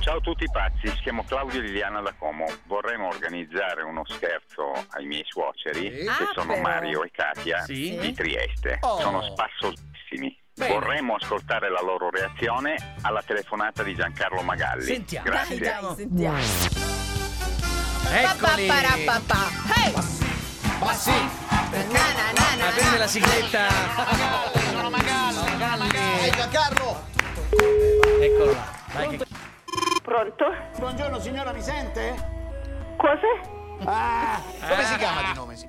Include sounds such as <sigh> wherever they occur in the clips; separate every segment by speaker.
Speaker 1: Ciao a tutti pazzi, si chiamo Claudio Liliana da Como. Vorremmo organizzare uno scherzo ai miei suoceri,
Speaker 2: Sì.
Speaker 1: che
Speaker 3: Ah,
Speaker 1: sono
Speaker 3: però.
Speaker 1: Mario e Katia
Speaker 2: Sì.
Speaker 1: di Trieste.
Speaker 2: Oh.
Speaker 1: Sono spassolissimi.
Speaker 2: Bene.
Speaker 1: Vorremmo ascoltare la loro reazione alla telefonata di Giancarlo Magalli.
Speaker 2: Sentiamo.
Speaker 1: Grazie.
Speaker 3: Dai, dai, sentiamo.
Speaker 2: Eccoli.
Speaker 3: Papapapapapà. Hey!
Speaker 2: Ma sì,
Speaker 3: Na, na, na, na,
Speaker 2: ma prende
Speaker 3: na.
Speaker 2: la sigletta. <laughs> Sono Magalli, sono
Speaker 4: Ehi
Speaker 2: Magalli.
Speaker 4: Giancarlo!
Speaker 2: Eccolo là. Dai che
Speaker 5: Pronto?
Speaker 4: Buongiorno signora, mi sente?
Speaker 5: Cosa?
Speaker 4: Ah, come si chiama di nome? si-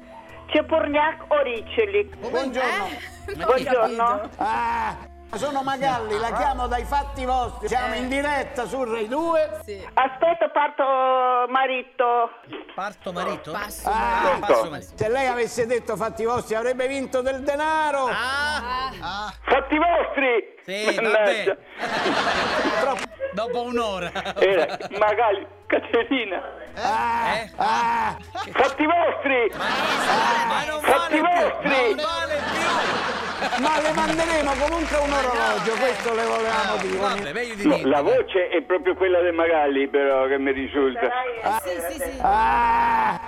Speaker 5: Ceporniak Oriceli.
Speaker 4: Buongiorno!
Speaker 5: Buongiorno.
Speaker 4: Ah, sono Magalli, la chiamo dai fatti vostri. Siamo in diretta su Rai 2.
Speaker 3: Sì.
Speaker 5: Aspetta, parto marito.
Speaker 2: parto marito?
Speaker 3: Passo.
Speaker 4: Ah,
Speaker 2: Passo marito.
Speaker 4: se lei avesse detto fatti vostri avrebbe vinto del denaro.
Speaker 2: Ah,
Speaker 5: Fatti vostri!
Speaker 2: sì,
Speaker 5: Mannaggia.
Speaker 2: vabbè. Dopo un'ora.
Speaker 6: Eh,
Speaker 5: Era Magali, Caterina.
Speaker 2: Eh?
Speaker 4: Ah,
Speaker 5: Fatti vostri!
Speaker 2: Ma non vale più, non vale più.
Speaker 4: ma le manderemo comunque un orologio, questo le volevamo dire.
Speaker 2: Vabbè, meglio di
Speaker 6: No,
Speaker 2: niente.
Speaker 6: la voce è proprio quella di Magalli, però, che mi risulta.
Speaker 3: Sì, sì, sì.
Speaker 4: Ah.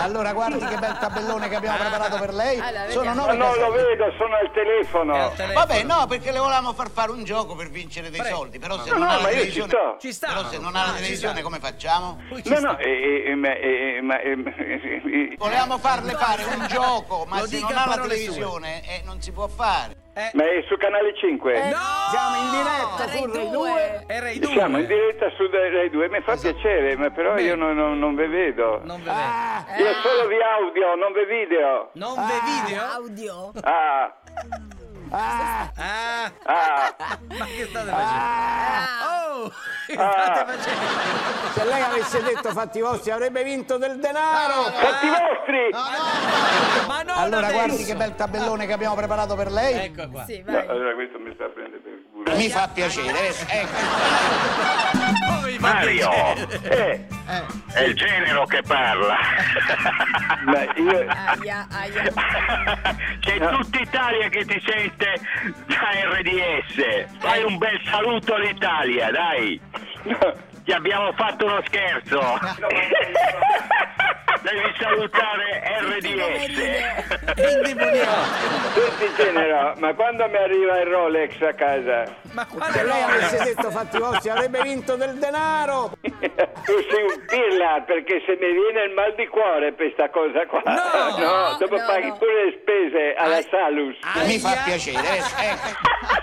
Speaker 4: Allora guardi che bel tabellone che abbiamo preparato per lei.
Speaker 3: Allora,
Speaker 4: Sono
Speaker 3: vediamo.
Speaker 6: Ma
Speaker 4: nove
Speaker 6: non lo
Speaker 4: caselle.
Speaker 6: vedo, sono al telefono.
Speaker 2: È al
Speaker 6: No,
Speaker 2: telefono.
Speaker 4: Vabbè, no, perché le volevamo far fare un gioco per vincere dei
Speaker 2: Prego.
Speaker 4: soldi, però se
Speaker 6: no,
Speaker 4: non ha la
Speaker 6: ma io ci
Speaker 4: televisione,
Speaker 6: sto.
Speaker 2: Ci sta.
Speaker 4: però se non ha la
Speaker 2: Ah, ci
Speaker 4: televisione
Speaker 2: sta.
Speaker 4: come facciamo?
Speaker 2: Poi ci
Speaker 6: No,
Speaker 2: sta.
Speaker 6: no, eh, eh, ma, eh, ma, eh, ma- eh, eh,
Speaker 4: Volevamo farle fare un gioco, ma
Speaker 2: Lo
Speaker 4: se
Speaker 2: dica
Speaker 4: non
Speaker 2: a
Speaker 4: ha la
Speaker 2: parole Eh,
Speaker 4: televisione eh, non si può fare.
Speaker 6: ma è su Canale 5.
Speaker 2: No!
Speaker 4: Siamo in diretta
Speaker 3: Rai
Speaker 4: su Rai 2.
Speaker 3: due.
Speaker 2: Era i
Speaker 6: Siamo in
Speaker 2: due.
Speaker 6: diretta su Dai Rai 2, mi fa piacere, ma però io non, non- non ve vedo.
Speaker 2: Non ve
Speaker 4: Ah,
Speaker 6: Io solo vi audio, non ve video.
Speaker 2: Non ve video?
Speaker 3: Audio.
Speaker 6: Ah,
Speaker 2: Ah,
Speaker 6: ah,
Speaker 2: ma che state facendo? Oh! <laughs> Che
Speaker 6: Ah.
Speaker 2: state facendo?
Speaker 4: Se lei avesse detto fatti vostri avrebbe vinto del denaro.
Speaker 6: fatti vostri!
Speaker 2: Ah. Ma non
Speaker 4: Allora
Speaker 2: adesso.
Speaker 4: guardi che bel tabellone che abbiamo preparato per lei.
Speaker 2: Ecco qua.
Speaker 3: Sì,
Speaker 6: No,
Speaker 3: vai.
Speaker 6: allora questo mi sta prendendo per il culo.
Speaker 4: Mi fa piacere, ecco.
Speaker 2: Oh, mi fa
Speaker 1: Mario
Speaker 2: piacere.
Speaker 6: Eh,
Speaker 1: è il genero che parla.
Speaker 6: ma io...
Speaker 3: Aia, aia.
Speaker 1: C'è tutta Italia che ti sente da RDS. Fai un bel saluto all'Italia, dai. Ti abbiamo fatto uno scherzo. Devi salutare RDS.
Speaker 2: Indemoniato.
Speaker 6: Senti genero, ma quando mi arriva il Rolex a casa? <laughs>
Speaker 2: Ma quale
Speaker 4: Se lei
Speaker 2: roba?
Speaker 4: avesse detto fatti vostri avrebbe vinto del denaro.
Speaker 6: Tu sei un pirla perché se mi viene il mal di cuore per sta cosa qua.
Speaker 2: No!
Speaker 6: dopo
Speaker 3: No,
Speaker 6: paghi
Speaker 3: no.
Speaker 6: pure le spese alla Salus.
Speaker 2: Aia.
Speaker 4: piacere, ecco.